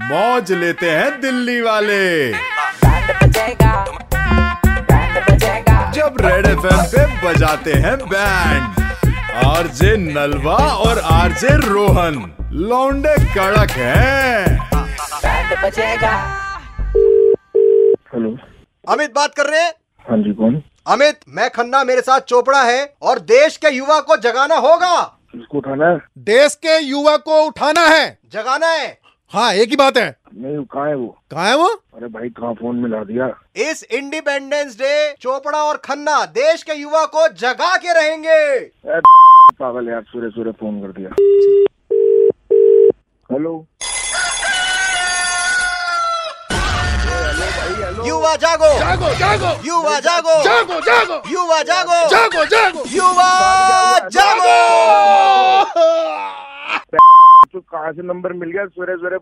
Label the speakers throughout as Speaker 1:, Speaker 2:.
Speaker 1: मौज लेते हैं दिल्ली वाले जब रेड एफ पे बजाते हैं बैंड आरजे नलवा और आरजे रोहन लौंडे कड़क हैं
Speaker 2: हेलो
Speaker 3: अमित बात कर रहे हैं
Speaker 2: हाँ जी कौन
Speaker 3: अमित मैं खन्ना मेरे साथ चोपड़ा है और देश के युवा को जगाना होगा
Speaker 2: इसको उठाना है
Speaker 4: देश के युवा को उठाना है
Speaker 3: जगाना है
Speaker 4: हाँ एक ही बात है
Speaker 2: नहीं वो कहाँ है वो
Speaker 4: कहा है वो
Speaker 2: अरे भाई कहाँ फोन मिला दिया
Speaker 3: इस इंडिपेंडेंस डे चोपड़ा और खन्ना देश के युवा को जगा के रहेंगे
Speaker 2: पागल यार सुबह सुबह फोन कर दिया हेलो
Speaker 3: युवा जागो
Speaker 4: जागो जागो
Speaker 3: युवा जागो
Speaker 4: जागो जागो
Speaker 3: युवा जागो
Speaker 4: जागो जागो
Speaker 3: युवा जागो
Speaker 2: तो कहाँ से नंबर मिल गया सुबह सुबह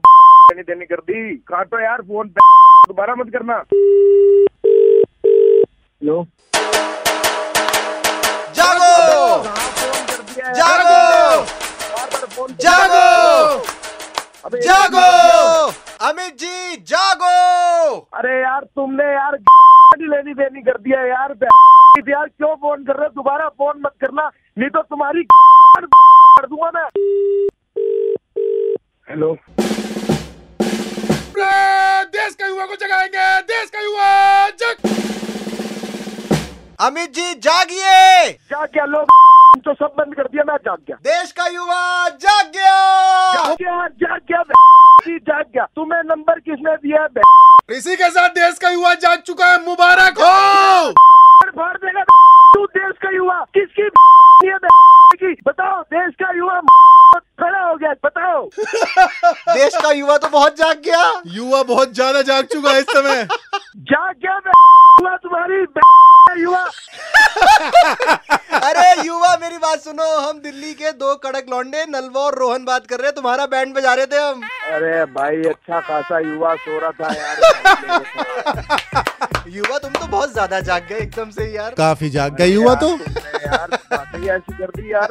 Speaker 2: देनी देनी कर दी काटो यार फोन दोबारा मत करना हेलो
Speaker 3: जागो जागो जागो जागो अमित जी जागो
Speaker 2: अरे यार तुमने यार लेनी देनी कर दिया यार यार क्यों फोन कर रहे हो दोबारा फोन मत करना नहीं तो तुम्हारी कर दूंगा मैं हेलो
Speaker 4: देश के युवा को जगाएंगे देश का युवा जग
Speaker 3: अमित जी जागिए
Speaker 2: क्या क्या लोग तो सब बंद कर दिया मैं जाग गया
Speaker 3: देश का युवा जाग गया
Speaker 2: जाग गया जाग गया जी, जाग गया तुम्हें नंबर किसने दिया है?
Speaker 4: इसी के साथ देश का युवा जाग चुका है मुबारक हो
Speaker 2: भर देगा तू देश का युवा किसकी है की बताओ देश का युवा खड़ा हो गया बताओ
Speaker 3: देश का युवा तो बहुत जाग गया
Speaker 4: युवा बहुत ज्यादा जाग चुका है इस समय
Speaker 2: जाग गया युवा तुम्हारी युवा
Speaker 3: अरे युवा मेरी बात सुनो हम दिल्ली के दो कड़क लौंडे नलवा और रोहन बात कर रहे हैं तुम्हारा बैंड बजा रहे थे हम
Speaker 2: अरे भाई अच्छा खासा युवा सो रहा था यार
Speaker 3: युवा तुम तो बहुत ज्यादा जाग गए एकदम से यार
Speaker 4: काफी जाग गए युवा तो
Speaker 2: तुमने यार बातें ऐसी कर दी यार